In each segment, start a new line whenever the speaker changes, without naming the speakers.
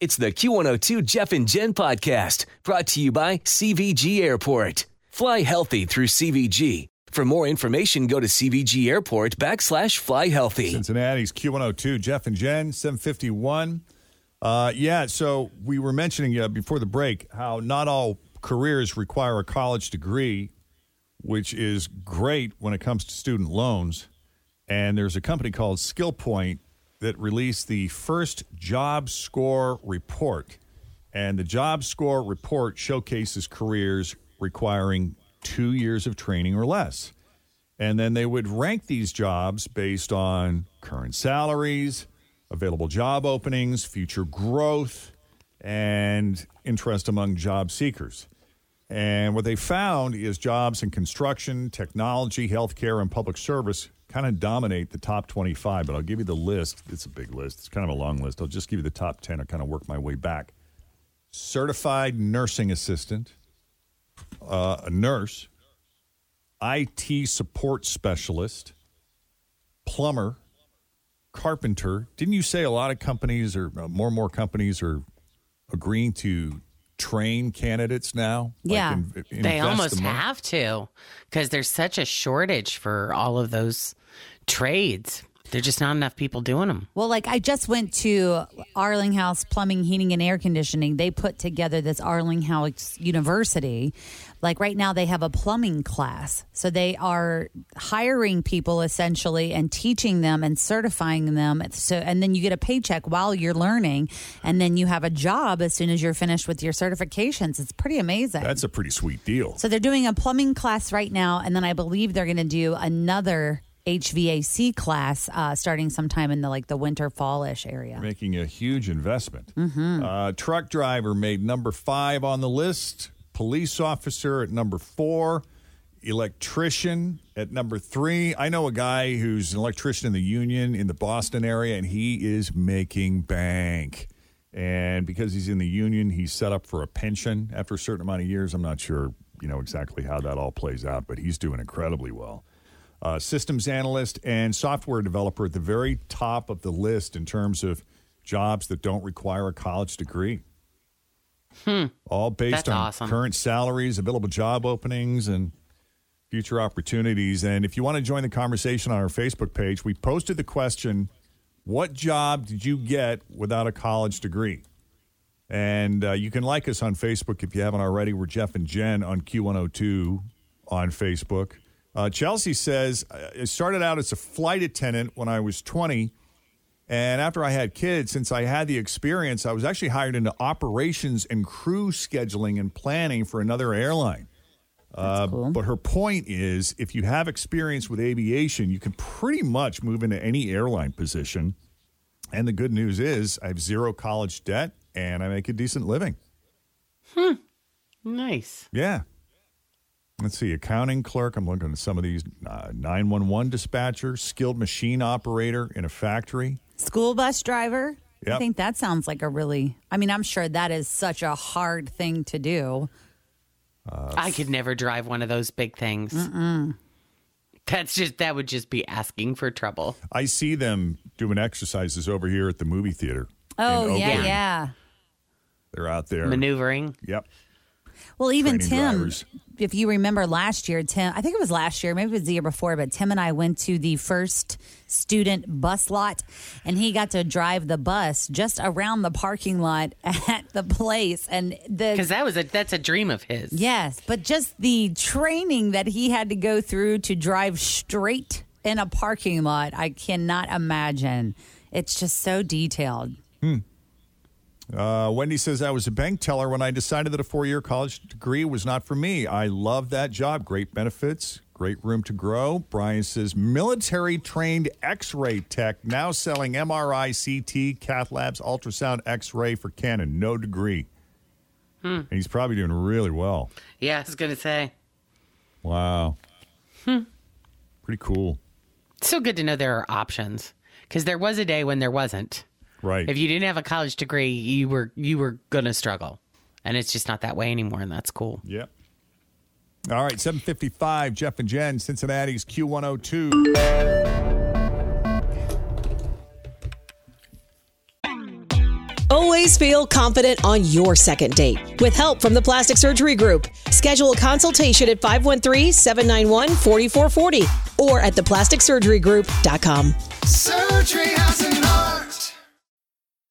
It's the Q102 Jeff and Jen podcast brought to you by CVG Airport. Fly healthy through CVG. For more information, go to CVG Airport backslash fly healthy.
Cincinnati's Q102, Jeff and Jen, 751. Uh, yeah, so we were mentioning uh, before the break how not all careers require a college degree, which is great when it comes to student loans. And there's a company called SkillPoint that released the first job score report. And the job score report showcases careers requiring two years of training or less. And then they would rank these jobs based on current salaries, available job openings, future growth, and interest among job seekers. And what they found is jobs in construction, technology, healthcare, and public service kind of dominate the top 25. But I'll give you the list. It's a big list, it's kind of a long list. I'll just give you the top 10 and kind of work my way back. Certified nursing assistant, uh, a nurse, IT support specialist, plumber, carpenter. Didn't you say a lot of companies or uh, more and more companies are agreeing to train candidates now? Like,
Yeah.
in- invest
They
the
almost
money?
have to because there's such a shortage for all of those trades. There's just not enough people doing them.
Well, like I just went to Arlinghouse Plumbing, Heating, and Air Conditioning. They put together this Arlinghouse University. Like right now, they have a plumbing class. So they are hiring people essentially and teaching them and certifying them. So, and then you get a paycheck while you're learning. And then you have a job as soon as you're finished with your certifications. It's pretty amazing.
That's a pretty sweet deal.
So they're doing a plumbing class right now, and then I believe they're going to do another HVAC class uh, starting sometime in the like the winter fallish area.
Making a huge investment. Uh, truck driver made number five on the list. Police officer at number four. Electrician at number three. I know a guy who's an electrician in the union in the Boston area, and he is making bank. And because he's in the union, he's set up for a pension after a certain amount of years. I'm not sure, you know, exactly how that all plays out, but he's doing incredibly well uh, systems analyst and software developer at the very top of the list in terms of jobs that don't require a college degree. All based
Hmm. That's
on
awesome.
current salaries, available job openings, and future opportunities. And if you want to join the conversation on our Facebook page, we posted the question What job did you get without a college degree? And uh, you can like us on Facebook if you haven't already. We're Jeff and Jen on Q102 on Facebook. Uh, Chelsea says, I started out as a flight attendant when I was 20. And after I had kids, since I had the experience, I was actually hired into operations and crew scheduling and planning for another airline. Uh, But her point is if you have experience with aviation, you can pretty much move into any airline position. And the good news is I have zero college debt and I make a decent living.
Nice.
Yeah. Let's see, accounting clerk. I'm looking at some of these uh, 911 dispatcher, skilled machine operator in a factory.
School bus driver. I
Yep.
think that sounds like a really. I mean, I'm sure that is such a hard thing to do.
I could never drive one of those big things. That's just that would just be asking for trouble.
I see them doing exercises over here at the movie theater. in
Oh yeah,
Oakland.
yeah.
They're out there.
Maneuvering.
Yep.
Well, even
training
Tim,
drivers.
if you remember last year, Tim, I think it was last year, maybe it was the year before, but Tim and I went to the first student bus lot and he got to drive the bus just around the parking lot at the place. And
Because
the.
that was a that's a dream of his.
Yes, but just the training that he had to go through to drive straight in a parking lot, I cannot imagine. It's just so detailed.
Uh, Wendy says, I was a bank teller when I decided that a four year college degree was not for me. I love that job. Great benefits, great room to grow. Brian says, military trained x ray tech, now selling MRI, CT, cath labs, ultrasound, x ray for Canon. No degree.
Hmm.
And he's probably doing really well.
Yeah, I was gonna say.
Wow.
Hmm.
Pretty cool.
It's so good to know there are options. Because there was a day when there wasn't.
Right.
If you didn't have a college degree, you were you were gonna struggle. And it's just not that way anymore, and that's cool.
Yep. All right, 755, Jeff and Jen, Cincinnati's Q102.
Always feel confident on your second date. With help from the Plastic Surgery Group, schedule a consultation at 513 791 4440 or at theplasticsurgerygroup.com.
Surgery has an art.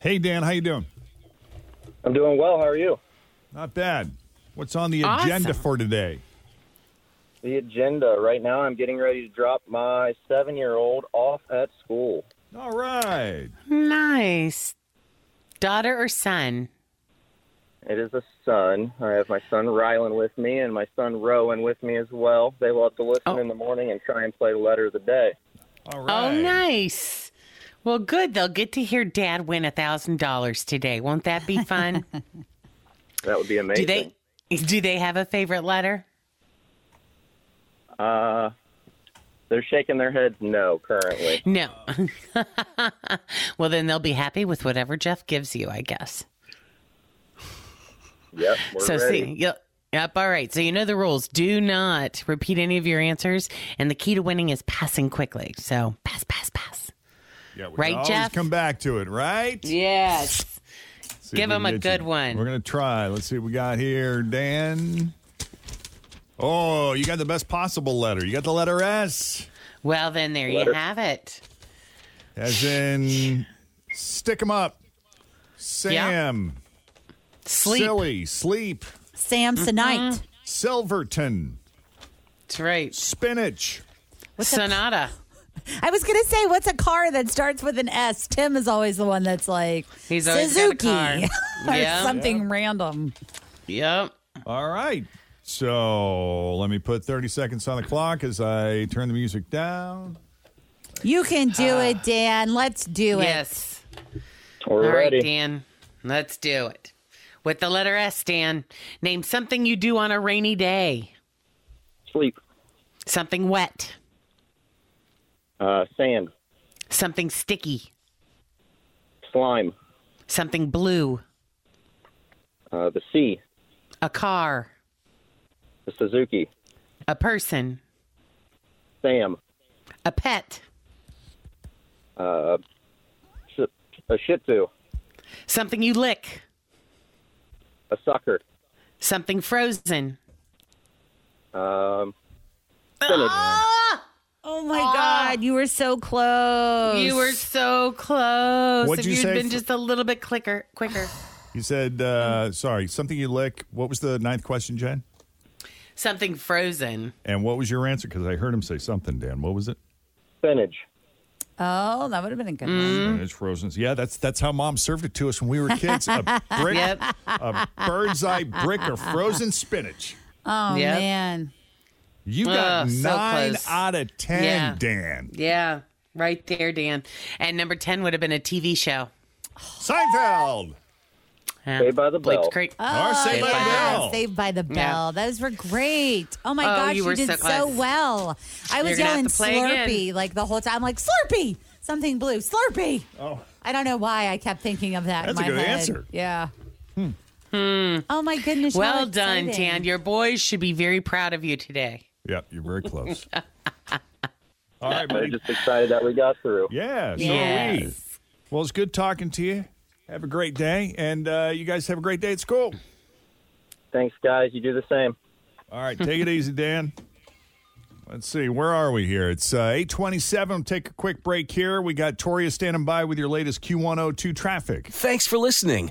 Hey, Dan, how you doing?
I'm doing well. How are you?
Not bad. What's on the
Awesome.
agenda for today?
The agenda right now. I'm getting ready to drop my seven-year-old off at school.
All right.
Nice. Daughter or son?
It is a son. I have my son Rylan with me and my son Rowan with me as well. They will have to listen in the morning and try and play the letter of the day.
All
Oh,
right.
nice. Well, good. They'll get to hear Dad win a thousand dollars today. Won't that be fun?
That would be
do
amazing.
they? Do they have a favorite letter?
Uh, they're shaking their heads no currently.
No. well, then they'll be happy with whatever Jeff gives you, I guess.
Yep. We're
so
ready.
see, yep, yep. All right. So you know the rules. Do not repeat any of your answers, and the key to winning is passing quickly. So pass, pass, pass.
Yeah, we
Right,
always
Jeff?
come back to it, right?
Yes.
See
Give
if we
him
can
a
get you.
good one.
We're going to try. Let's see what we got here, Dan. Oh, you got the best possible letter. You got the letter S,
Well, then there you have it.
as in stick 'em up. Sam,
Sleep.
Silly, Sleep,
Sam
Mm-hmm.
tonight.
Silverton,
That's right.
Spinach.
Sonata.
I was gonna say, what's a car that starts with an S? Tim is always the one that's like
He's always got a
Suzuki
car.
or
Yeah.
something random.
Yep.
All right. So let me put 30 seconds on the clock as I turn the music down.
You can do it, Dan. Let's do
Ah.
it.
Yes.
We're
All right,
ready.
Dan. Let's do it. With the letter S, Dan, name something you do on a rainy day.
Sleep.
Something wet.
Uh, sand.
Something sticky.
Slime.
Something blue.
Uh, the sea.
A car.
The Suzuki.
A person.
Sam.
A pet.
Uh, sh- a Shih Tzu.
Something you lick.
A sucker.
Something frozen.
Um, spinach.
Oh my God, you were so close.
You were so close.
What'd
if
you
you
say
had been
f-
just a little bit quicker, quicker.
You said, uh, sorry, something you lick. What was the ninth question, Jen?
Something frozen.
And what was your answer? Because I heard him say something, Dan. What was it?
spinach.
Oh, that would have been a good
Mm,
one.
Mm-hmm.
And it's frozen. Yeah, that's that's how mom served it to us when we were kids. A brick,
Yep.
a bird's eye brick, or frozen spinach.
Oh
Yep.
man,
You got
Ugh, so
nine
close.
out of ten,
Yeah.
Dan.
Yeah, right there, Dan. And number 10 would have been a TV show.
Seinfeld.
Saved
by the
Bleep's
Bell.
great.
Oh,
Saved by the
yeah,
Bell.
Saved by the Bell. Those were great. Oh my
Oh,
gosh,
you
you,
were
did
so
so,
close.
well. I
You're gonna
was
have
yelling
to play again.
Slurpee like the whole time. I'm like Slurpee, something blue, Slurpee.
Oh.
I don't know why I kept thinking of that. in
That's a
my
good
head.
answer.
Yeah. Oh my goodness. how
Hmm. Well done,
exciting.
Tan. Your boys should be very proud of you today.
Yeah, you're very close.
All
right,
buddy. just excited that we got through.
Yeah, so are we.
Yes.
Well, it's good talking to you. Have a great day, and uh, you guys have a great day at school.
Thanks, guys. You do the same.
All right, take it easy, Dan. Let's see, where are we here? It's uh, 827. We'll take a quick break here. We got Toria standing by with your latest Q102 traffic.
Thanks for listening